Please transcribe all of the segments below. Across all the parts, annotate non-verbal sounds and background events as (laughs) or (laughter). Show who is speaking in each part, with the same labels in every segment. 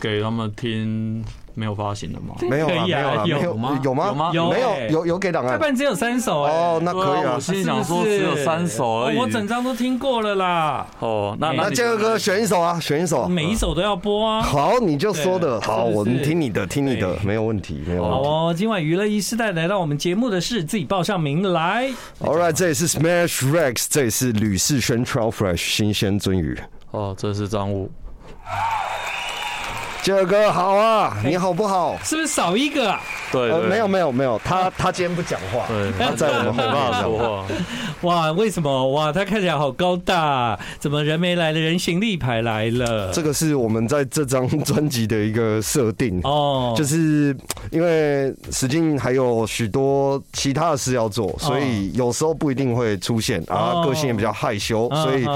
Speaker 1: 给他们听没有发行的吗？
Speaker 2: (laughs) 没有
Speaker 3: 可
Speaker 2: 啊，没
Speaker 3: 以
Speaker 2: 有
Speaker 3: 啊
Speaker 2: 啊，没
Speaker 3: 有吗
Speaker 2: 有
Speaker 1: 有吗
Speaker 2: 吗？没
Speaker 3: 有
Speaker 2: 有
Speaker 3: 欸，
Speaker 2: 有有给档
Speaker 3: 要
Speaker 2: 案
Speaker 3: 不。然只有三首哎、
Speaker 2: 哦，那可以
Speaker 1: 对啊
Speaker 2: 啊
Speaker 1: 我。心里想说
Speaker 3: 是不是
Speaker 1: 只有三首而已。
Speaker 3: 哦我整张都听过了啦，
Speaker 1: 哦，那
Speaker 2: 嗯那
Speaker 1: 你
Speaker 2: 建二哥选一首啊，选一首。
Speaker 3: 每一首都要播啊。
Speaker 2: 好，你就说的
Speaker 3: 对
Speaker 2: 好，
Speaker 3: 是不
Speaker 2: 我
Speaker 3: 是
Speaker 2: 们听你的，听你的，
Speaker 3: 对
Speaker 2: 没有问题，没有
Speaker 3: 好
Speaker 2: 问题。
Speaker 3: 哦，今晚娱乐一时代来到我们节目的是自己报上名来，
Speaker 2: All right，这里是 Smash Rex，这里是吕世轩 Trout Fresh 新鲜鳟鱼。
Speaker 1: 哦，这是张武，
Speaker 2: 建二哥好啊，你好不好？
Speaker 3: 是不是少一个啊？
Speaker 1: 对
Speaker 2: 呃，
Speaker 1: 对，
Speaker 2: 没有没有没有，他他今天不讲话，
Speaker 1: 对，
Speaker 2: 他在我们后
Speaker 1: 没办法 (laughs)
Speaker 2: 面
Speaker 1: 说
Speaker 2: 讲。
Speaker 1: 话。
Speaker 3: 哇，为什么？哇，他看起来好高大，怎么人没来了，人形立牌来了？
Speaker 2: 这个是我们在这张专辑的一个设定。
Speaker 3: 哦，
Speaker 2: 就是是因为石进还有许多其他的事要做，所以有时候不一定会出现啊。
Speaker 3: 哦嗯
Speaker 2: 个性也比较害羞，所以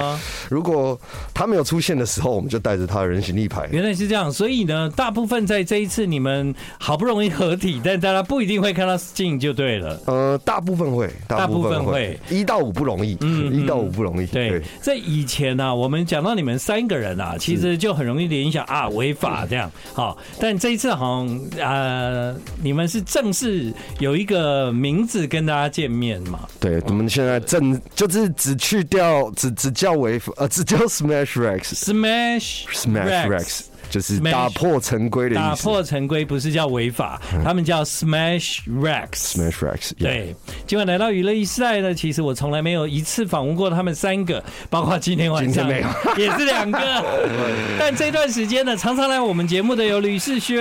Speaker 2: 如果他没有出现的时候，我们就带着他的人形立牌。
Speaker 3: 原来是这样，所以呢，大部分在这一次你们好不容易合体，但大家不一定会看到 Sting 就对了。
Speaker 2: 呃，大部分会，大部
Speaker 3: 大
Speaker 2: 分
Speaker 3: 部分会嗯
Speaker 2: 会，一到五不容易，一到五不容易。
Speaker 3: 对，在以前呢、啊，我们讲到你们三个人啊，其实就很容易联想啊违法这样。好，但这一次好像呃，你们是正式有一个名字跟大家见面嘛？
Speaker 2: 对，我们现在正就是只去掉，只只叫为呃，只叫 Smash Rex。
Speaker 3: Smash
Speaker 2: Smash Rex 就是打破陈规的
Speaker 3: 打
Speaker 2: 意思。嗯
Speaker 3: 破陈规不是叫违法，他们叫 Smash Rex。
Speaker 2: Smash Rex，yeah，
Speaker 3: 对，今晚来到娱乐一时代呢，其实我从来没有一次访问过他们三个，包括今天晚上
Speaker 2: 今天没有
Speaker 3: (laughs) 也是
Speaker 2: (laughs)
Speaker 3: 两个。但这段时间呢，常常来我们节目的有吕世轩，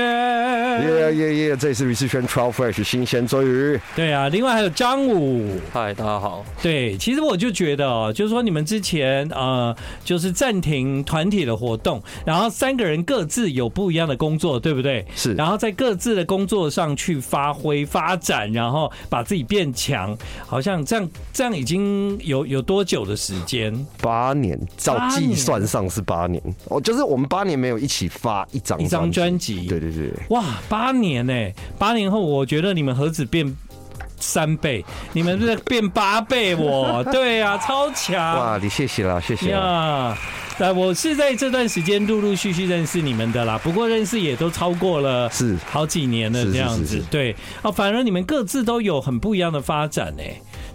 Speaker 2: 耶耶耶！这里是吕世轩 Trout Fresh 新鲜鳟鱼。
Speaker 3: 对啊，另外还有张武。
Speaker 1: 嗨，大家好，
Speaker 3: (laughs) 对，其实我就觉得哦，就是说你们之前呃，就是暂停团体的活动，然后三个人各自有不一样的工作，对不对？
Speaker 2: 是
Speaker 3: 然后在各自的工作上去发挥、发展，然后把自己变强，好像这样这样已经有有多久的时间？
Speaker 2: 八年，照
Speaker 3: 八
Speaker 2: 计
Speaker 3: 年
Speaker 2: 算上是八年。哦，就是我们八年没有一起发一张
Speaker 3: 一张专
Speaker 2: 专
Speaker 3: 辑
Speaker 2: 辑。对对对，
Speaker 3: 哇，八年呢、八年后我觉得你们何止变。三倍，你们是变八倍我，
Speaker 2: (laughs)
Speaker 3: 对啊，超强
Speaker 2: 哇，你谢谢啦，谢谢啦。
Speaker 3: 呀，那我是在这段时间陆陆续续认识你们的啦，不过认识也都超过了
Speaker 2: 是
Speaker 3: 好几年了
Speaker 2: 是
Speaker 3: 这样
Speaker 2: 是是
Speaker 3: 子
Speaker 2: 是。
Speaker 3: 对哦，反而你们各自都有很不一样的发展呢。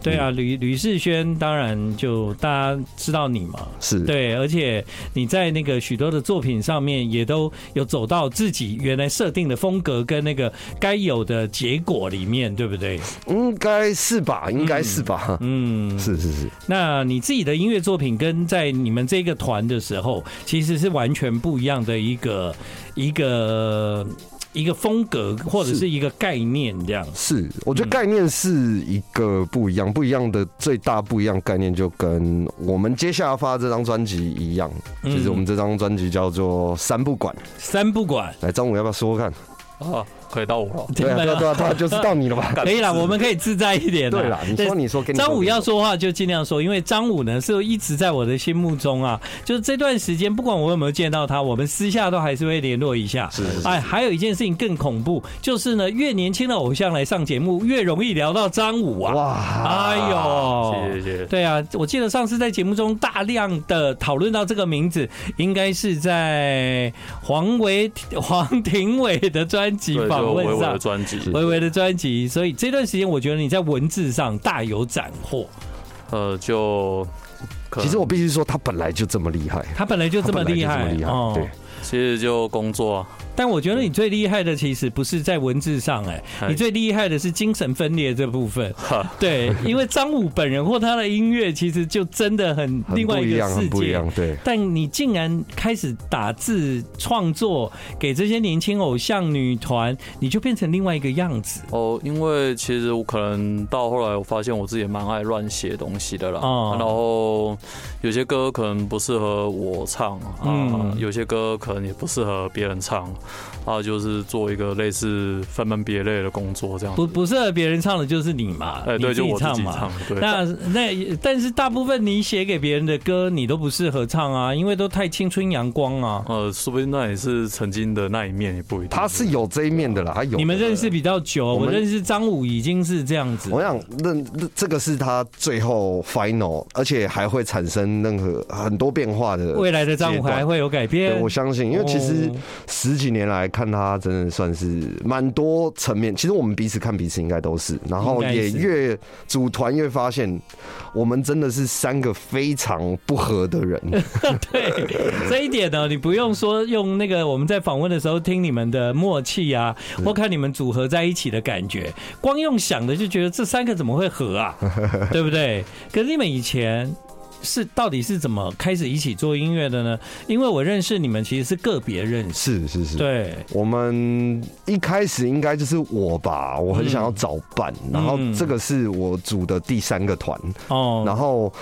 Speaker 3: 对啊，
Speaker 2: 嗯
Speaker 3: 吕吕世轩当然就大家知道你嘛，
Speaker 2: 是
Speaker 3: 对，而且你在那个许多的作品上面也都有走到自己原来设定的风格跟那个该有的结果里面，对不对？
Speaker 2: 应该是吧，应该是吧。
Speaker 3: 嗯，
Speaker 2: 是是是，
Speaker 3: 那你自己的音乐作品跟在你们这个团的时候，其实是完全不一样的一个一个一个风格或者是一个概念这样。
Speaker 2: 是，我觉得概念是一个不一样，不一样的最大不一样概念就跟我们接下来发这张专辑一样，
Speaker 3: 嗯
Speaker 2: 就是我们这张专辑叫做《三不管》。
Speaker 3: 三不管，
Speaker 2: 来，张武要不要说说看？
Speaker 1: 啊，可以到我了。
Speaker 2: 对啊，对啊，对啊，对
Speaker 3: (laughs)
Speaker 2: 啊，就是到你了吧？
Speaker 3: 可以啦，我们可以自在一点啦。啊
Speaker 2: 对啦，你说
Speaker 3: 但
Speaker 2: 你说，给你
Speaker 3: 张武要
Speaker 2: 说
Speaker 3: 说话就尽量说，因为张武呢是一直在我的心目中啊，就是这段时间不管我有没有见到他，我们私下都还是会联络一下。
Speaker 2: 是是是
Speaker 3: 哎，还有一件事情更恐怖，就是呢，越年轻的偶像来上节目，越容易聊到张武啊。
Speaker 2: 哇，
Speaker 3: 哎呦，
Speaker 1: 谢谢谢谢
Speaker 3: 对啊，我记得上次在节目中大量的讨论到这个名字，应该是在黄维黄庭伟的专辑
Speaker 1: 对，就
Speaker 3: 访
Speaker 1: 维
Speaker 3: 问
Speaker 1: 维
Speaker 3: 上
Speaker 1: 的，专辑，
Speaker 3: 维维的专辑，所以这段时间我觉得你在文字上大有斩获。
Speaker 1: 呃，就可能
Speaker 2: 其实我必须说，他本来就这么厉害，
Speaker 3: 他本来就这么厉
Speaker 2: 他
Speaker 3: 害哦
Speaker 2: 本来就这么厉，害对。
Speaker 1: 其实就工作啊，
Speaker 3: 但我觉得你最厉害的其实不是在文字上、哎，
Speaker 1: 哎
Speaker 3: 你最厉害的是精神分裂这部分。
Speaker 1: 哈，
Speaker 3: 对，因为张武本人或他的音乐，其实就真的很
Speaker 2: 很
Speaker 3: 另外
Speaker 2: 不
Speaker 3: 一
Speaker 2: 一
Speaker 3: 个
Speaker 2: 样，
Speaker 3: 世
Speaker 2: 很不一
Speaker 3: 界。
Speaker 2: 样，对。
Speaker 3: 但你竟然开始打字创作，给这些年轻偶像女团，你就变成另外一个样子
Speaker 1: 哦，因为其实我可能到后来，我发现我自己也蛮爱乱写东西的啦。
Speaker 3: 哦
Speaker 1: 然后有些歌可能不适合我唱啊，
Speaker 3: 嗯
Speaker 1: 有些歌可能也不适合别人唱，啊，就是做一个类似分门别类的工作这样。
Speaker 3: 不不适合别人唱的就是你嘛，
Speaker 2: 呃
Speaker 1: 哎，
Speaker 3: 你
Speaker 1: 对，
Speaker 3: 自
Speaker 1: 就
Speaker 3: 己
Speaker 1: 我自
Speaker 3: 唱
Speaker 1: 己
Speaker 3: 嘛
Speaker 1: 唱。，对，
Speaker 3: 那那但是大部分你写给别人的歌，你都不适合唱啊，因为都太青春阳光啊。
Speaker 1: 呃，说不定那也是曾经的那一面，也不一定。
Speaker 2: 他是有这一面的啦，他有的。
Speaker 3: 你们认识比较久，
Speaker 2: 我
Speaker 3: 我
Speaker 2: 们
Speaker 3: 认识张武已经是这样子。
Speaker 2: 我想认这个是他最后 final，而且还会产生任何很多变化的
Speaker 3: 未来的张武还
Speaker 2: 会。
Speaker 3: 会有改
Speaker 2: 对，
Speaker 3: 变
Speaker 2: 我。相信，因为其实
Speaker 3: 哦
Speaker 2: 十几年来看他，真的算是蛮多层面。其实我们彼此看彼此应该都是，然后
Speaker 3: 应该
Speaker 2: 也
Speaker 3: 是
Speaker 2: 越组团越发现，我们真的是三个非常不合的
Speaker 3: (laughs)
Speaker 2: 人。
Speaker 3: 对这一点呢，你不用说用那个我们在访问的时候听你们的默契啊，
Speaker 2: 嗯
Speaker 3: 或看你们组合在一起的感觉，光用想的就觉得这三个怎么会
Speaker 2: (laughs)
Speaker 3: 合啊，对不对？可是你们以前。是到底是怎么开始一起做音乐的呢？因为我认识你们其实是个别认识，
Speaker 2: 是是是，
Speaker 3: 对，
Speaker 2: 我们一开始应该就是我吧，我很想要找伴，
Speaker 3: 嗯
Speaker 2: 然后这个是我组的第三个团，
Speaker 3: 哦，
Speaker 2: 然后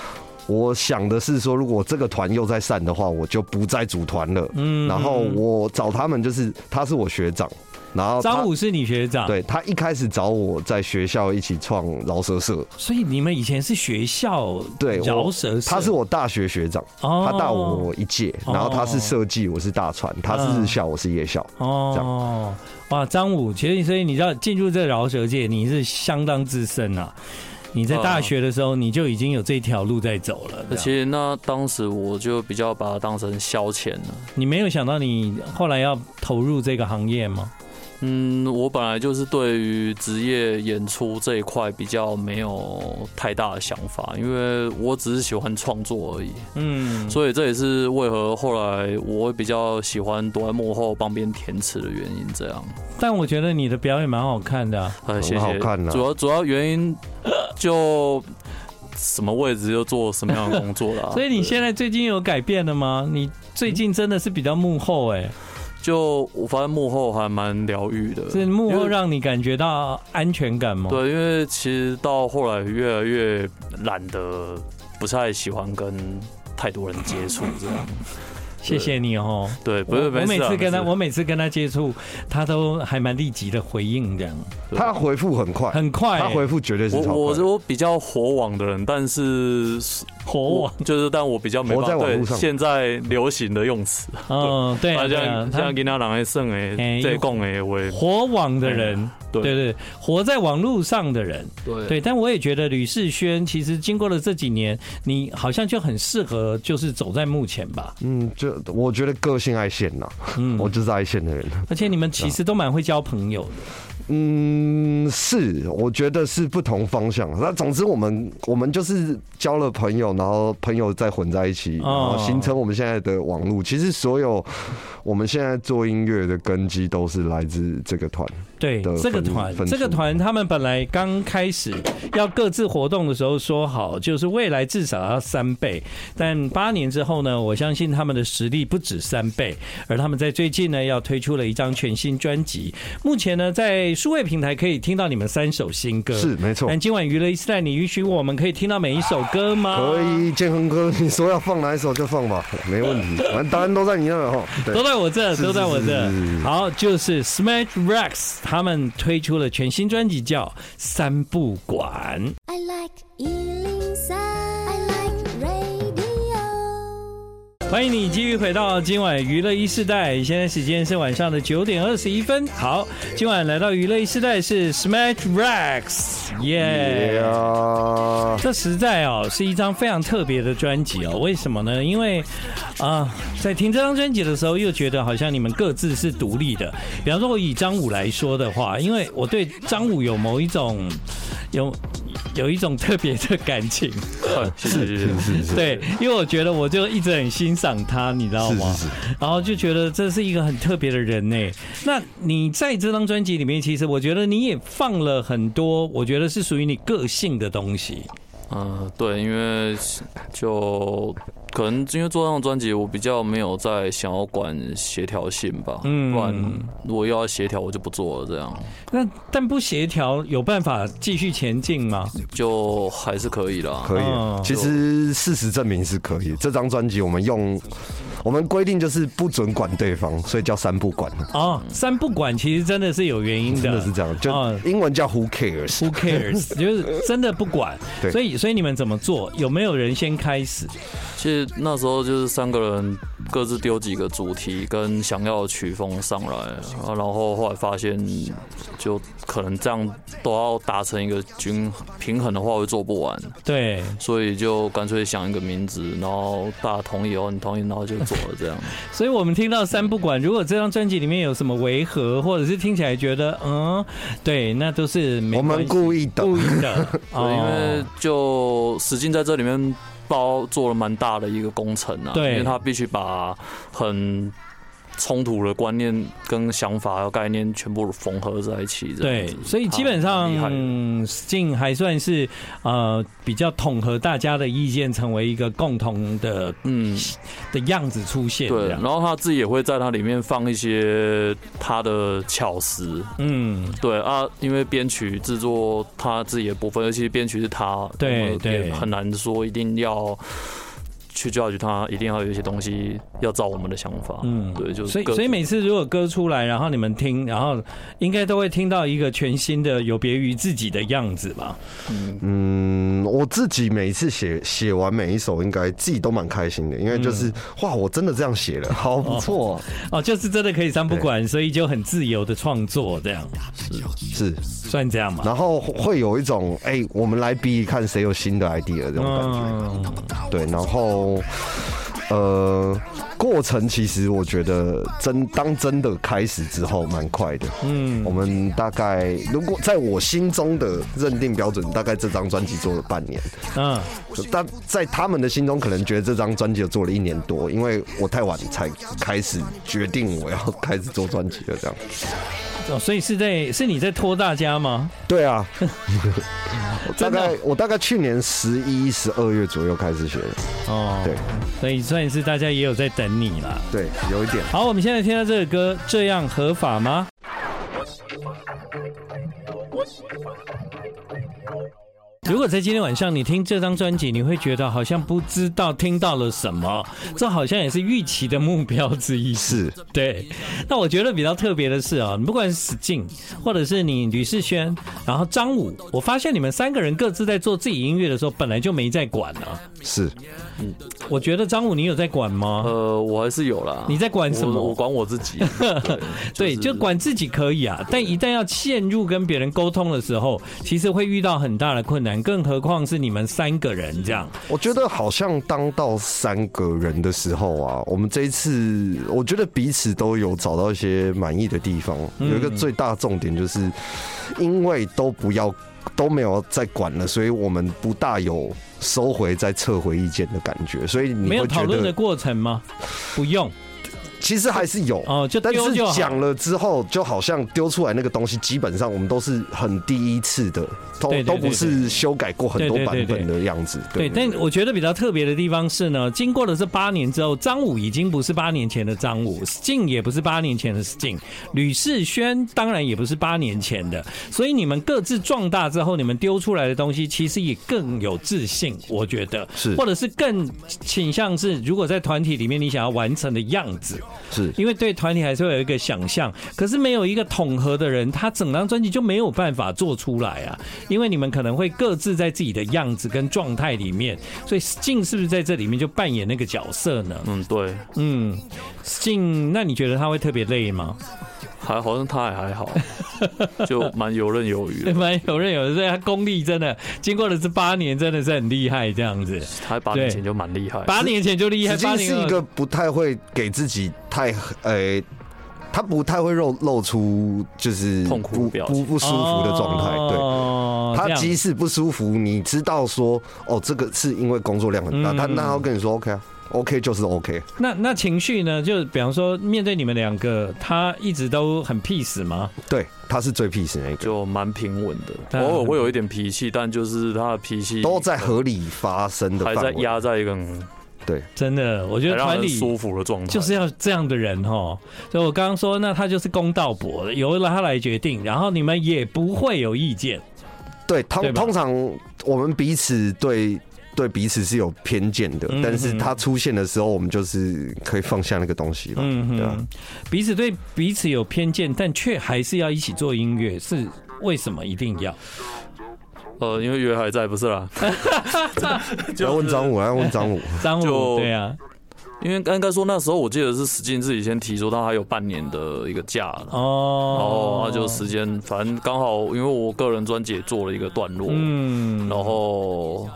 Speaker 2: 我想的是说，如果这个团又在散的话，我就不再组团了。
Speaker 3: 嗯
Speaker 2: 然后我找他们，就是他是我学长，然后他
Speaker 3: 张武是你学长，，
Speaker 2: 对他一开始找我在学校一起创饶舌社，
Speaker 3: 所以你们以前是学校
Speaker 2: 对，我
Speaker 3: 饶舌社，
Speaker 2: 他是我大学学长，
Speaker 3: 哦嗯
Speaker 2: 他大我一届，然后他是设计，我是大传，他是日校，我是夜校，这
Speaker 3: 哦，哇，张武，其实所以你知道进入这饶舌界，你是相当资深啊。你在大学的时候，你就已经有这条路在走了。
Speaker 1: 啊那其
Speaker 3: 这样
Speaker 1: 实那当时我就比较把它当成消遣了。
Speaker 3: 你没有想到你后来要投入这个行业吗？
Speaker 1: 嗯，我本来就是对于职业演出这一块比较没有太大的想法，因为我只是喜欢创作而已。
Speaker 3: 嗯，
Speaker 1: 所以这也是为何后来我会比较喜欢躲在幕后帮别人填词的原因。这样，
Speaker 3: 但我觉得你的表演蛮好看的啊、
Speaker 1: 呃，谢谢。
Speaker 2: 好看啊
Speaker 1: 主要主要原因就什么位置就做什么样的工作啦。
Speaker 3: (laughs) 所以你
Speaker 1: 对
Speaker 3: 现在最近有改变了吗？你最近真的是比较幕后
Speaker 1: 嗯
Speaker 3: 哎、
Speaker 1: 就我发现幕后还蛮疗愈的。
Speaker 3: 是幕
Speaker 1: 因
Speaker 3: 后
Speaker 1: 为
Speaker 3: 让你感觉到安全感
Speaker 2: 哦
Speaker 3: 吗？，
Speaker 1: 对，因为其实到后来越来越懒得，不太喜欢跟太多人接触这
Speaker 2: (laughs)
Speaker 1: 样。
Speaker 3: 谢谢你哦。
Speaker 1: 对，不
Speaker 3: 我
Speaker 1: 是
Speaker 3: 我
Speaker 1: 没
Speaker 3: 每
Speaker 1: 事啊
Speaker 3: 次跟他，
Speaker 1: 没事
Speaker 3: 我每次跟他接触，他都还蛮立即的回应这样。
Speaker 1: 对
Speaker 2: 他回复很快，
Speaker 3: 很快、
Speaker 2: 他回复绝对是
Speaker 1: 我
Speaker 2: 超
Speaker 1: 我
Speaker 2: 快
Speaker 1: 是
Speaker 2: 的。
Speaker 1: 我比较火网的人，但是
Speaker 3: 火网，
Speaker 1: 就是，但我比较没
Speaker 2: 活
Speaker 1: 办
Speaker 2: 在
Speaker 1: 法
Speaker 2: 网
Speaker 1: 对
Speaker 2: 络上
Speaker 1: 现在流行的用词，
Speaker 3: 嗯，对啊，
Speaker 1: 啊，
Speaker 3: 对啊
Speaker 1: 像
Speaker 3: 他
Speaker 1: 像给那人爱剩
Speaker 3: 哎
Speaker 1: 诶，这共诶，我也
Speaker 3: 活网的人，
Speaker 1: 哎对
Speaker 3: 对对，活在网络上的人，
Speaker 1: 对
Speaker 3: 对。但我也觉得吕世轩其实经过了这几年，你好像就很适合，就是走在幕前吧。
Speaker 2: 嗯，就我觉得个性爱线呐，
Speaker 3: 嗯，
Speaker 2: 我就是爱线的人。
Speaker 3: 而且你们其实都蛮会交朋友的。
Speaker 2: 嗯，是，我觉得是不同方向。那总之，我们我们就是交了朋友，然后朋友再混在一起，然
Speaker 3: 哦
Speaker 2: 后形成我们现在的网路。其实所有我们现在做音乐的根基都是来自这个团。
Speaker 3: 对
Speaker 2: 的
Speaker 3: 这个
Speaker 2: 分
Speaker 3: 团，
Speaker 2: 分
Speaker 3: 这个
Speaker 2: 数
Speaker 3: 团他们本来刚开始要各自活动的时候说好，就是未来至少要三倍，但八年之后呢，我相信他们的实力不止三倍，而他们在最近呢要推出了一张全新专辑，目前呢在数位平台可以听到你们三首新歌，
Speaker 2: 是没错
Speaker 3: 但今晚娱乐一时代，你允许我们可以听到每一首歌吗？
Speaker 2: 可。以，建恒哥，你说要放哪一首就放吧，没问题。反正答案都在你那儿哈。哦对
Speaker 3: 都在我这，
Speaker 2: 是
Speaker 3: 都在我这
Speaker 2: 是是是。是
Speaker 3: 好，就是 Smash Rex 他们推出了全新专辑，叫《三不管》。
Speaker 4: I like Ealing Sound. I like radio.
Speaker 3: 欢迎你继续回到今晚娱乐一世代，现在时间是晚上的九点二十一分。好，今晚来到娱乐一世代是 Smash Rex，耶、
Speaker 2: 呀，
Speaker 3: 这实在哦是一张非常特别的专辑哦，为什么呢？因为啊、在听这张专辑的时候，又觉得好像你们各自是独立的。比方说，我以张武来说的话，因为我对张武有某一种有有一种特别的感情，
Speaker 1: 谢谢谢谢。
Speaker 2: 是是，
Speaker 3: 对，因为我觉得我就一直很欣赏他，你知道吗？
Speaker 2: 是是
Speaker 3: 然后就觉得这是一个很特别的人呢。那你在这张专辑里面，其实我觉得你也放了很多，我觉得是属于你个性的东西。
Speaker 1: 嗯，对，因为就可能因为做这张专辑，我比较没有在想要管协调性吧，
Speaker 3: 嗯
Speaker 1: 不然如果又要协调，我就不做了，这样
Speaker 3: 那但不协调，有办法继续前进吗？
Speaker 1: 就还是可以啦。
Speaker 2: 可以
Speaker 3: 哦。
Speaker 2: 其实事实证明是可以。这张专辑我们用，我们规定就是不准管对方，所以叫三不管。
Speaker 3: 哦，三不管其实真的是有原因的，
Speaker 2: 真的是这样，就
Speaker 3: 哦
Speaker 2: 英文叫 Who cares？
Speaker 3: Who cares？就是真的不管，
Speaker 2: (laughs) 对
Speaker 3: 所以所以你们怎么做？有没有人先开始？
Speaker 1: 其实那时候就是三个人各自丢几个主题跟想要的曲风上来，啊然后后来发现，就可能这样都要达成一个均平衡的话，会做不完，
Speaker 3: 对，
Speaker 1: 所以就干脆想一个名字，然后大家同意哦，你同意，然后就做了这样。
Speaker 3: 所以我们听到三不管，如果这张专辑里面有什么违和，或者是听起来觉得嗯，对，那都是没
Speaker 2: 我们
Speaker 3: 关系
Speaker 2: 故意的
Speaker 3: 故意的，
Speaker 1: 对，因为
Speaker 3: 哦
Speaker 1: 就使劲在这里面包做了蛮大的一个工程啊，
Speaker 3: 对
Speaker 1: 因为他必须把很冲突的观念跟想法还有概念全部缝合在一起，这样
Speaker 3: 对
Speaker 1: 子，
Speaker 3: (laughs) 所以基本
Speaker 1: 他
Speaker 3: 上嗯
Speaker 1: 蛮厉害的
Speaker 3: 进还算是呃比较统合大家的意见，成为一个共同的
Speaker 1: 嗯，
Speaker 3: 的样子出现。
Speaker 1: 对，
Speaker 3: 这
Speaker 1: 然
Speaker 3: 样
Speaker 1: 后他自己也会在它里面放一些他的巧思，
Speaker 3: 嗯，
Speaker 1: 对啊，因为编曲制作他自己的部分，尤其是编曲是他，
Speaker 3: 对
Speaker 1: 我们
Speaker 3: 对
Speaker 1: 也很难说一定要去 judge 他，一定要有一些东西要照我们的想法，
Speaker 3: 嗯
Speaker 1: 嗯，对，就是
Speaker 3: 所以
Speaker 1: 各
Speaker 3: 所以每次如果歌出来，然后你们听，然后应该都会听到一个全新的有别于自己的样子吧？
Speaker 2: 嗯，我自己每一次写写完每一首，应该自己都蛮开心的，因为
Speaker 3: 嗯
Speaker 2: 就是、哇，我真的这样写了，好不错、
Speaker 3: 哦，就是真的可以三不管，所以就很自由的创作，这样
Speaker 2: 是。
Speaker 3: 算这样嘛？
Speaker 2: 然后会有一种哎、我们来比比看谁有新的 idea 这种感觉。
Speaker 3: 嗯，
Speaker 2: 对，然后呃，过程其实我觉得真当真的开始之后蛮快的。嗯，我们大概如果在我心中的认定标准，大概这张专辑做了半年，
Speaker 3: 嗯，
Speaker 2: 但在他们的心中可能觉得这张专辑有做了一年多，因为我太晚才开始决定我要开始做专辑了这样。
Speaker 3: 哦，所以是在是你在拖大家吗？
Speaker 2: 对 (laughs) 啊，我大
Speaker 3: 真的
Speaker 2: 概我大概去年十一、十二月左右开始学的，
Speaker 3: 哦，
Speaker 2: 对，
Speaker 3: 所以算是大家也有在等你啦。
Speaker 2: 对，有一点。
Speaker 3: 好，我们现在听到这个歌，这样合法吗？如果在今天晚上你听这张专辑，你会觉得好像不知道听到了什么，这好像也是预期的目标之一。
Speaker 2: 是，
Speaker 3: 对，那我觉得比较特别的是啊，不管是史进，或者是你吕世轩，然后张武，我发现你们三个人各自在做自己音乐的时候，本来就没在管啊。
Speaker 2: 是，
Speaker 3: 我觉得张武，你有在管吗？
Speaker 1: 呃，我还是有啦。
Speaker 3: 你在管什么
Speaker 1: 我我管我自
Speaker 3: (laughs)
Speaker 1: 己。
Speaker 3: 对，
Speaker 1: 是
Speaker 3: 就管自己可以啊，但一旦要陷入跟别人沟通的时候，其实会遇到很大的困难，更何况是你们三个人这样。
Speaker 2: 我觉得好像当到三个人的时候啊，我们这一次，我觉得彼此都有找到一些满意的地方。
Speaker 3: 嗯
Speaker 2: 有一个最大重点就是，因为都不要都没有在管了，所以我们不大有收回再撤回意见的感觉。所以你
Speaker 3: 没有
Speaker 2: 会
Speaker 3: 讨
Speaker 2: 觉
Speaker 3: 论的
Speaker 2: 得
Speaker 3: 过程吗？不用
Speaker 2: 其实还是有
Speaker 3: 哦，就
Speaker 2: 但
Speaker 3: 丢
Speaker 2: 是
Speaker 3: 就好。
Speaker 2: 讲了之后，就好像丢出来那个东西，基本上我们都是很第一次的，都
Speaker 3: 对对对
Speaker 2: 都不是修改过很多
Speaker 3: 对对对
Speaker 2: 版
Speaker 3: 对
Speaker 2: 本的样子。
Speaker 3: 对，但我觉得比较特别的地方是呢，经过了这八年之后，张武已经不是八年前的张武，Sting 也不是八年前的 Sting，吕世轩当然也不是八年前的，所以你们各自壮大之后，你们丢出来的东西其实也更有自信，我觉得
Speaker 2: 是
Speaker 3: 或者是更倾向是，如果在团体里面你想要完成的样子，
Speaker 2: 是
Speaker 3: 因为对团体还是会有一个想象，可是没有一个统合的人，他整张专辑就没有办法做出来啊。因为你们可能会各自在自己的样子跟状态里面，所以 Sting 是不是在这里面就扮演那个角色呢？
Speaker 1: 嗯，对，
Speaker 3: 嗯，Sting，那你觉得他会特别累吗？
Speaker 1: 还好像他也还
Speaker 3: (laughs)
Speaker 1: 好，就蛮游刃有余
Speaker 3: 对
Speaker 1: 的，
Speaker 3: 吧？有人有人说他功力真的，经过了这八年，真的是很厉害这样子。
Speaker 1: 他八年前就蛮厉害。
Speaker 3: 八年前就厉害，
Speaker 2: 子
Speaker 3: 八
Speaker 2: 敬
Speaker 3: 年
Speaker 2: 是一
Speaker 3: 后
Speaker 2: 个不太会给自己太呃，他不太会露露出就是
Speaker 1: 痛苦
Speaker 2: 不
Speaker 1: 表
Speaker 2: 不
Speaker 1: 情
Speaker 2: 不舒服的状态。对，
Speaker 3: 哦这
Speaker 2: 他
Speaker 3: 样
Speaker 2: 即使不舒服，你知道说哦，这个是因为工作量很大，
Speaker 3: 嗯
Speaker 2: 他那他会跟你说 OK 啊，OK 就是 OK。
Speaker 3: 那那情绪呢？就比方说，面对你们两个，他一直都很 peace 吗？
Speaker 2: 对，他是最 peace 那个，
Speaker 1: 就蛮平稳
Speaker 3: 对
Speaker 1: 的，
Speaker 3: 啊
Speaker 1: 偶尔会有一点脾气，但就是他的脾气
Speaker 2: 都在合理发生的
Speaker 1: 还
Speaker 2: 范
Speaker 1: 在
Speaker 2: 围。
Speaker 1: 压在一个很
Speaker 3: 真的，我觉
Speaker 1: 还
Speaker 3: 得
Speaker 1: 让
Speaker 3: 团
Speaker 1: 人
Speaker 3: 里
Speaker 1: 舒服的状态，
Speaker 3: 就是要这样的人哦。所以我刚刚说，那他就是公道伯，由他来决定，然后你们也不会有意见。
Speaker 2: 对，
Speaker 3: 对
Speaker 2: 通
Speaker 3: 吧
Speaker 2: 通常我们彼此对对彼此是有偏见的，
Speaker 3: 嗯
Speaker 2: 但是
Speaker 3: 嗯
Speaker 2: 他出现的时候，我们就是可以放下那个东西吧。
Speaker 3: 嗯
Speaker 2: 对啊
Speaker 3: 哼，彼此对彼此有偏见，但却还是要一起做音乐，是为什么一定要？
Speaker 1: 呃，因为约还在不是啦，
Speaker 2: 要问张武，要问张武，
Speaker 3: 张武
Speaker 1: 就
Speaker 3: 对啊，
Speaker 1: 因为刚该说那时候我记得是史进自己先提出，他还有半年的一个假，然后
Speaker 3: 哦，
Speaker 1: 他就时间，反正刚好因为我个人专辑也做了一个段落，
Speaker 3: 嗯，
Speaker 1: 然后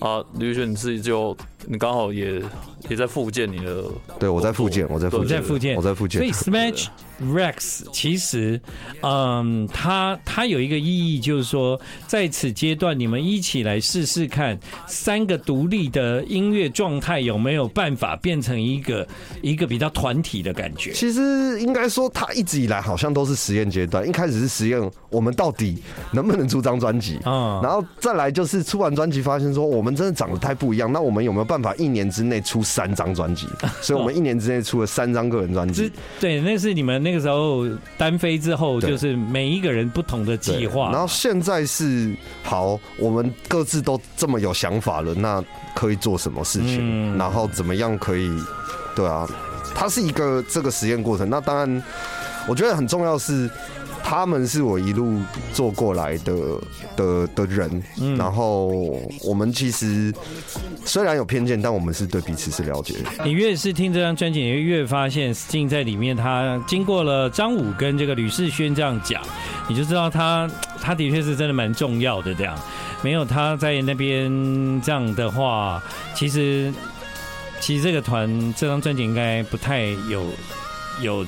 Speaker 1: 啊，吕雪你自己就你刚好也也在复健你的，
Speaker 2: 对我在复健，我在复
Speaker 1: 对
Speaker 3: 我在
Speaker 2: 健，
Speaker 3: 附件，
Speaker 2: 我在复健
Speaker 3: 所以 Smash Rex 其实，嗯，它它有一个意义，就是说，在此阶段，你们一起来试试看，三个独立的音乐状态有没有办法变成一个一个比较团体的感觉。
Speaker 2: 其实应该说，他一直以来好像都是实验阶段。一开始是实验，我们到底能不能出张专辑？
Speaker 3: 嗯
Speaker 2: 然后再来就是出完专辑，发现说哦我们真的长得太不一样。那我们有没有办法一年之内出三张专
Speaker 3: (laughs)
Speaker 2: 辑？所以我们一年之内出了三张个人专
Speaker 3: 之
Speaker 2: 辑。
Speaker 3: 对，那是你们那个时候单飞之后，
Speaker 2: 对
Speaker 3: 就是每一个人不同的
Speaker 2: 对
Speaker 3: 计划。
Speaker 2: 然后现在是好，我们各自都这么有想法了，那可以做什么事情？
Speaker 3: 嗯
Speaker 2: 然后怎么样可以？对啊，它是一个这个实验过程。那当然，我觉得很重要是，他们是我一路做过来的的的人。然后我们其实虽然有偏见，但我们是对彼此是了解的。
Speaker 3: (laughs) 你越是听这张专辑，你越发现 Sting 在里面，他经过了张武跟这个吕世轩这样讲，你就知道他他的确是真的蛮重要的。这样，没有他在那边这样的话，其实其实这个团这张专辑应该不太有有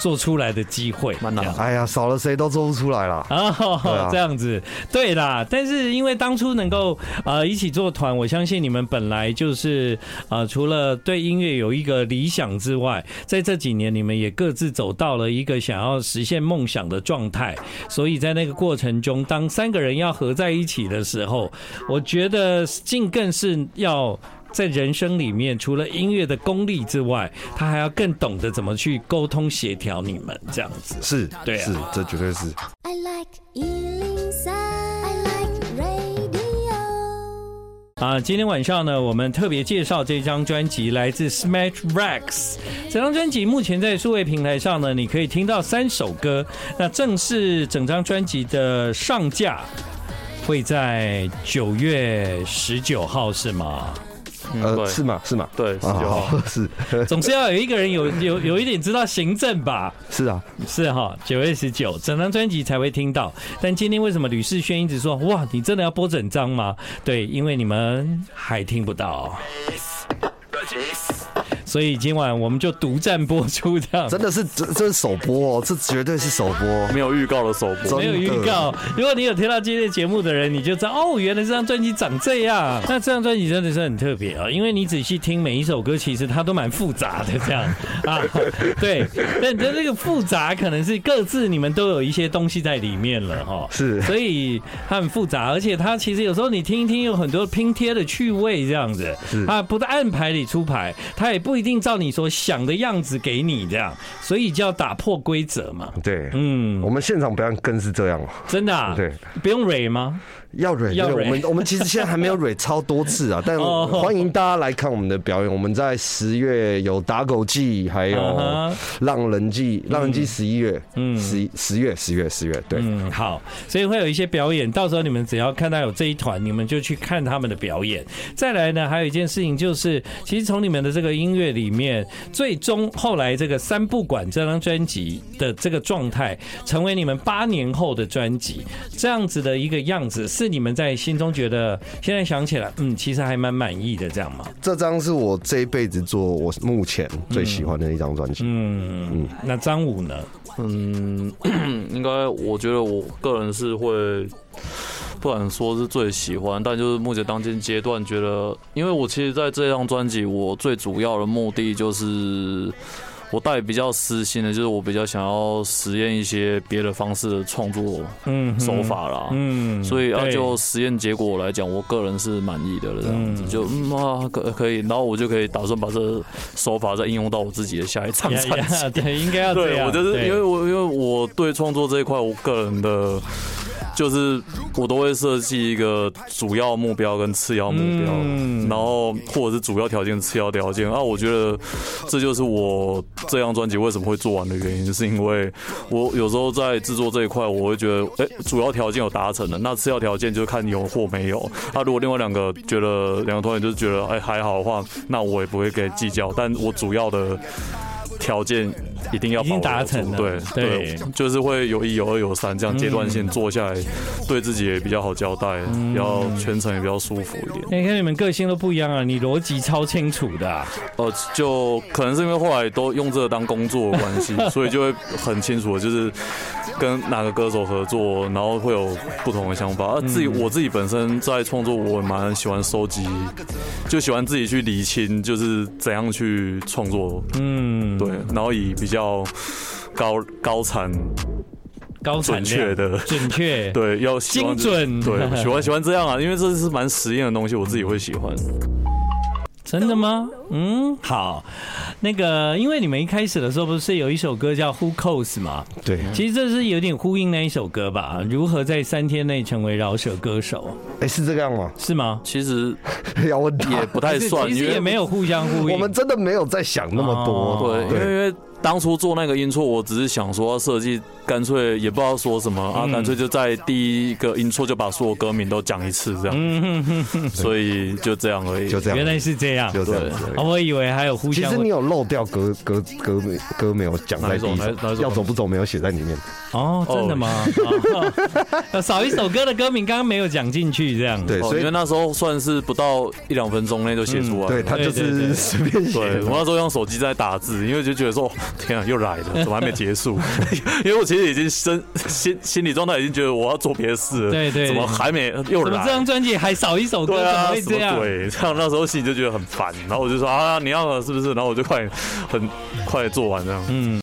Speaker 3: 做出来的机会，
Speaker 1: 蛮难
Speaker 3: 这样
Speaker 2: 哎呀，少了谁都做不出来啦。对
Speaker 3: (laughs) 哦
Speaker 2: 啊，
Speaker 3: 这样子，对啦。但是因为当初能够呃一起做团，我相信你们本来就是呃除了对音乐有一个理想之外，在这几年你们也各自走到了一个想要实现梦想的状态。所以在那个过程中，当三个人要合在一起的时候，我觉得尽更是要。在人生里面，除了音乐的功力之外，他还要更懂得怎么去沟通协调你们这样子。
Speaker 2: 是，
Speaker 3: 对啊
Speaker 2: 是，这绝对是。
Speaker 4: I like Ealing Sound. I like radio.
Speaker 3: 啊，今天晚上呢，我们特别介绍这张专辑，来自 Smash Rex。整张专辑目前在数位平台上呢，你可以听到三首歌。那正式整张专辑的上架会在九月十九号，是吗？
Speaker 1: 嗯
Speaker 2: 呃，
Speaker 1: 对
Speaker 2: 是吗？是吗？
Speaker 1: 对十九
Speaker 2: 啊
Speaker 1: 号，，
Speaker 2: 是 (laughs)
Speaker 3: 总是要有一个人有有有一点知道行政吧。
Speaker 2: 是啊，
Speaker 3: 是哈，九月十九，整张专辑才会听到。但今天为什么吕世轩一直说哇，你真的要播整张吗？对，因为你们还听不到，所以今晚我们就独占播出这样。
Speaker 2: 真的是这这是首播哦，这绝对是首播。
Speaker 1: (laughs) 没有预告的首播
Speaker 2: 真，
Speaker 3: 没有
Speaker 2: 的
Speaker 3: 预告。如果你有听到今天的节目的人，你就知道哦，原来这张专辑长这样。那这张专辑真的是很特别啊，因为你仔细听每一首歌，其实它都蛮复杂的 (laughs) 这样啊。对，但但这个复杂可能是各自你们都有一些东西在里面了哦哈。
Speaker 2: 是
Speaker 3: 所以它很复杂，而且它其实有时候你听一听，有很多拼贴的趣味这样子
Speaker 2: 是。
Speaker 3: 它不在按牌里出牌，它也不一定照你所想的样子给你这样，所以就要打破规则嘛。
Speaker 2: 对，
Speaker 3: 嗯，
Speaker 2: 我们现场表演更是这样哦。
Speaker 3: 真的、啊，
Speaker 2: 对，
Speaker 3: 不用蕊吗？
Speaker 2: 要蕊，
Speaker 3: 要
Speaker 2: 对
Speaker 3: 蕊
Speaker 2: 我们我们其实现在还没有蕊超多次
Speaker 3: (laughs)
Speaker 2: 啊，但
Speaker 3: 哦
Speaker 2: 欢迎大家来看我们的表演。我们在十月有打狗季，还有
Speaker 3: 嗯哼
Speaker 2: 浪人季，浪人季十一月，
Speaker 3: 嗯
Speaker 2: 嗯，十十月十月十月，对，
Speaker 3: 嗯，好，所以会有一些表演，到时候你们只要看到有这一团，你们就去看他们的表演。再来呢，还有一件事情就是，其实从你们的这个音乐里面，最终后来这个三不管这张专辑的这个状态，成为你们八年后的专辑这样子的一个样子，是你们在心中觉得现在想起来，嗯，其实还蛮满意的这样
Speaker 1: 嗯
Speaker 3: 吗？
Speaker 2: 这张是我这一辈子做我目前最喜欢的一张专辑。
Speaker 3: 嗯，那张武呢？
Speaker 1: 嗯，应该我觉得我个人是会，不敢说是最喜欢，但就是目前当今阶段，觉得，因为我其实在这张专辑，我最主要的目的就是。我带比较私心的，就是我比较想要实验一些别的方式的创作
Speaker 3: 嗯，
Speaker 1: 手，法啦，
Speaker 3: 嗯，
Speaker 1: 所以啊，
Speaker 3: 对
Speaker 1: 就实验结果来讲，我个人是满意的了，这样子
Speaker 3: 嗯
Speaker 1: 就嗯啊可可以，然后我就可以打算把这手法再应用到我自己的下一场
Speaker 3: (laughs) 呀
Speaker 1: 专辑。
Speaker 3: 呀对，应该要这
Speaker 1: 对
Speaker 3: 样。
Speaker 1: 我就是
Speaker 3: 对
Speaker 1: 因为我因为我对创作这一块，我个人的就是我都会设计一个主要目标跟次要目标，
Speaker 3: 嗯
Speaker 1: 然后或者是主要条件、次要条件啊。我觉得这就是我这张专辑为什么会做完的原因，就是因为我有时候在制作这一块，我会觉得，哎、主要条件有达成了，那次要条件就是看有或没有。那、如果另外两个觉得两个团员就是觉得，哎、还好的话，那我也不会给计较。但我主要的条件一定要
Speaker 3: 已经
Speaker 1: 把握
Speaker 3: 达
Speaker 1: 住
Speaker 3: 成了
Speaker 1: 对
Speaker 3: 对嗯
Speaker 1: 就是会有一有二有三这样阶段性做下来，对自己也比较好交代，比较全程也比较舒服一点。
Speaker 3: 你看你们个性都不一样啊，你逻辑超清楚的啊、
Speaker 1: 呃，就可能是因为后来都用这个当工作的关系，
Speaker 3: (laughs)
Speaker 1: 所以就会很清楚，就是跟哪个歌手合作，然后会有不同的想法。而自己
Speaker 3: 嗯
Speaker 1: 我自己本身在创作，我也蛮喜欢收集，就喜欢自己去理清，就是怎样去创作，
Speaker 3: 嗯，
Speaker 1: 对，然后以比较高高产
Speaker 3: 高产
Speaker 1: 准
Speaker 3: 量
Speaker 1: 确的。
Speaker 3: 准确，
Speaker 1: (laughs) 对，要喜欢
Speaker 3: 精准，
Speaker 1: 对，
Speaker 3: (laughs)
Speaker 1: 喜欢喜欢这样啊，因为这是蛮实验的东西，我自己会喜欢。
Speaker 3: 真的吗？嗯，好，那个，因为你们一开始的时候不是有一首歌叫《Who Calls》嘛？
Speaker 1: 嗯
Speaker 2: 对，
Speaker 3: 其实这是有点呼应那一首歌吧？如何在三天内成为饶舌歌手，
Speaker 2: 哎，是这个样吗？ (laughs)
Speaker 3: 是吗？
Speaker 1: 其实
Speaker 2: 要问
Speaker 1: 也
Speaker 2: 他，
Speaker 1: 不
Speaker 3: (laughs)
Speaker 1: 太算，
Speaker 3: 啊其
Speaker 1: 因
Speaker 3: 实
Speaker 1: 为
Speaker 3: 也没有互相呼应。
Speaker 2: 我们真的没有在想那么多，
Speaker 3: 哦
Speaker 1: 对，因为因为当初做那个音错，我只是想说要设计，干脆也不知道说什么啊，
Speaker 3: 嗯
Speaker 1: 干脆就在第一个音错就把所有歌名都讲一次这样，
Speaker 3: 嗯哼哼哼，
Speaker 1: 所以就这样而已。
Speaker 2: (laughs) 就这
Speaker 3: 原
Speaker 2: 样，
Speaker 3: 来是这样。
Speaker 2: 就这样子而已
Speaker 3: 啊。我以为还有互
Speaker 2: 其
Speaker 3: 相
Speaker 2: 实你有漏掉歌歌歌没歌没有讲在第一
Speaker 1: 哪一首哪一
Speaker 2: 首，
Speaker 1: 首
Speaker 2: 要走不走没有写在里面。
Speaker 3: 哦，真的吗？ (laughs) 哦少一首歌的歌名刚刚没有讲进去，这样
Speaker 2: 对，
Speaker 1: 哦
Speaker 2: 所
Speaker 1: 因为
Speaker 2: 以嗯
Speaker 1: 那时候算是不到一两分钟内就写出来了。
Speaker 2: 对他就
Speaker 3: 哦对对
Speaker 2: 是
Speaker 3: 对
Speaker 2: 随便写
Speaker 1: 对，我那
Speaker 2: 的。
Speaker 1: 时候用手机在打字，因为就觉得说，哦天啊，又
Speaker 2: (laughs)
Speaker 1: 来了，怎么还没结束？ (laughs) 因为我其实已经身心心理状态已经觉得我要做别的事了，
Speaker 3: 对对
Speaker 1: 怎么还没又
Speaker 3: 怎么这
Speaker 1: 来
Speaker 3: 张？专辑还少一首歌？
Speaker 1: 对
Speaker 3: 怎么
Speaker 1: 啊，
Speaker 3: 会
Speaker 1: 什
Speaker 3: 这样
Speaker 1: 么？鬼？ (laughs) 这样那时候心里就觉得很烦，然后我就说啊，你要了是不是？然后我就快点很快点做完这样。
Speaker 3: 嗯。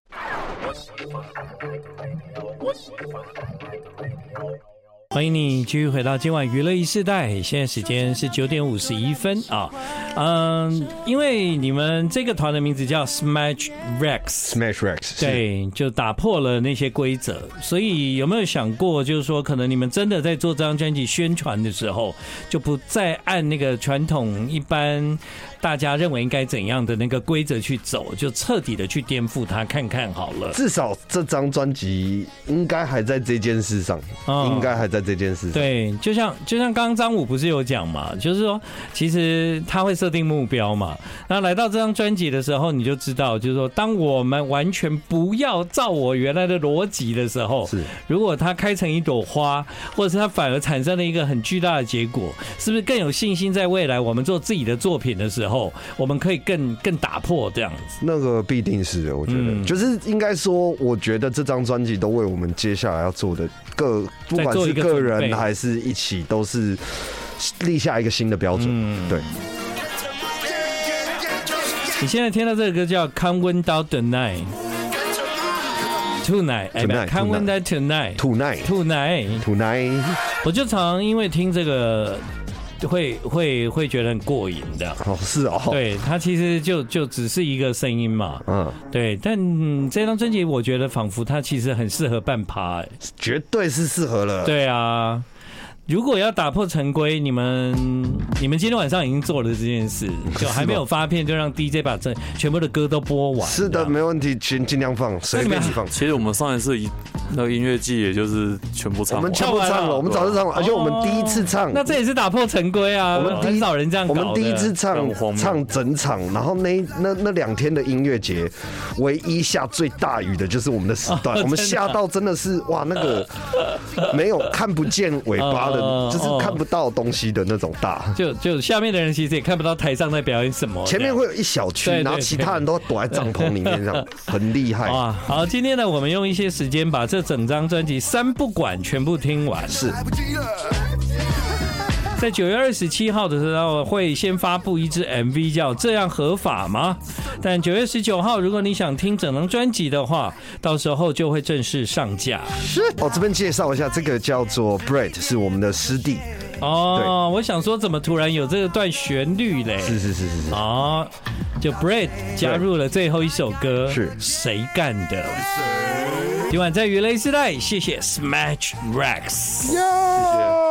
Speaker 3: 欢迎你继续回到今晚娱乐一世代，现在时间是九点五十一分啊，嗯，因为你们这个团的名字叫 Smash Rex，
Speaker 2: Smash Rex，是
Speaker 3: 对，就打破了那些规则。所以有没有想过，就是说，可能你们真的在做这张专辑宣传的时候，就不再按那个传统一般大家认为应该怎样的那个规则去走，就彻底的去颠覆它，看看好了。
Speaker 2: 至少这张专辑应该还在这件事上，
Speaker 3: 嗯
Speaker 2: 应该还在这件事上。
Speaker 3: 对，就像就像刚刚张武不是有讲嘛，就是说，其实他会设定目标嘛。那来到这张专辑的时候，你就知道，就是说，当我们完全不要照我原来的逻辑的时候，
Speaker 2: 是
Speaker 3: 如果它开成一朵花，或者是它反而产生了一个很巨大的结果，是不是更有信心在未来我们做自己的作品的时候，我们可以更更打破这样子？
Speaker 2: 那个必定是的，我觉得、
Speaker 3: 嗯
Speaker 2: 就是应该说，我觉得这张专辑都为我们接下来要做的各，不管
Speaker 3: 做一
Speaker 2: 是
Speaker 3: 个
Speaker 2: 个
Speaker 3: 准备
Speaker 2: 人还是一起，都是立下一个新的标准。
Speaker 3: 嗯
Speaker 2: 对，
Speaker 3: 你现在听到这个歌叫《Can't Win Down Tonight》，Tonight，哎，不
Speaker 2: Tonight，
Speaker 3: ，Can't Win Down Tonight。
Speaker 2: 土奈，
Speaker 3: Tonight，
Speaker 2: 土奈，
Speaker 3: 我就常因为听这个，会会会觉得很过瘾的。
Speaker 2: 哦，是哦，，
Speaker 3: 对，它其实就就只是一个声音嘛，
Speaker 2: 嗯，
Speaker 3: 对，但嗯这张专辑我觉得仿佛它其实很适合半趴、欸，
Speaker 2: 绝对是适合了。
Speaker 3: 对啊。如果要打破常规，你们你们今天晚上已经做了这件事，就还没有发片，就让 DJ 把这全部的歌都播完。
Speaker 2: 是的，
Speaker 3: 这样
Speaker 2: 没问题，尽尽量放，随便你
Speaker 3: (laughs)
Speaker 2: 放。
Speaker 1: 其实我们上一次一那个音乐季，也就是全部
Speaker 2: 我
Speaker 1: 唱完
Speaker 2: 们。全部
Speaker 3: 唱
Speaker 2: 唱
Speaker 3: 完了
Speaker 2: 了，我们早就唱了，而且我们第一次唱，
Speaker 3: 啊哦那这也是打破常规啊，
Speaker 2: 我们第一
Speaker 3: 很少人这样
Speaker 2: 我
Speaker 3: 搞的。
Speaker 2: 们第一次
Speaker 1: 这
Speaker 2: 唱
Speaker 1: 样荒谬
Speaker 2: 唱整场，然后那一那那两天的音乐节，唯一下最大雨的就是我们的时段，
Speaker 3: (laughs) 哦
Speaker 2: 我们
Speaker 3: 真的
Speaker 2: 下到真的是哇，那
Speaker 3: (laughs)
Speaker 2: 个没有看不见尾巴
Speaker 3: 哦
Speaker 2: 的，就是
Speaker 3: 哦
Speaker 2: 看不到东西的那种大。
Speaker 3: 就就下面的人其实也看不到台上在表演什么，
Speaker 2: 前
Speaker 3: 这
Speaker 2: 面
Speaker 3: 样
Speaker 2: 会有一小区，
Speaker 3: 对对
Speaker 2: 然后其他人都躲在帐篷里
Speaker 3: (laughs)
Speaker 2: 面，这样很厉害。
Speaker 3: 哇，啊好，今天呢，我们用一些时间把这整张专辑三不管全部听完。
Speaker 2: 是，
Speaker 3: 在九月二十七号的时候会先发布一支 MV，叫《这样合法吗》。但九月十九号，如果你想听整张专辑的话，到时候就会正式上架。
Speaker 2: 是。我这边介绍一下，这个叫做 Brett，是我们的师弟。
Speaker 3: 哦，我想说，怎么突然有这段旋律嘞？
Speaker 2: 是是是是是，
Speaker 3: 哦，就 Brad 加入了最后一首歌，
Speaker 2: 是
Speaker 3: 谁干的？今晚在鱼雷时代，谢谢 Smash Rex。
Speaker 1: 谢谢。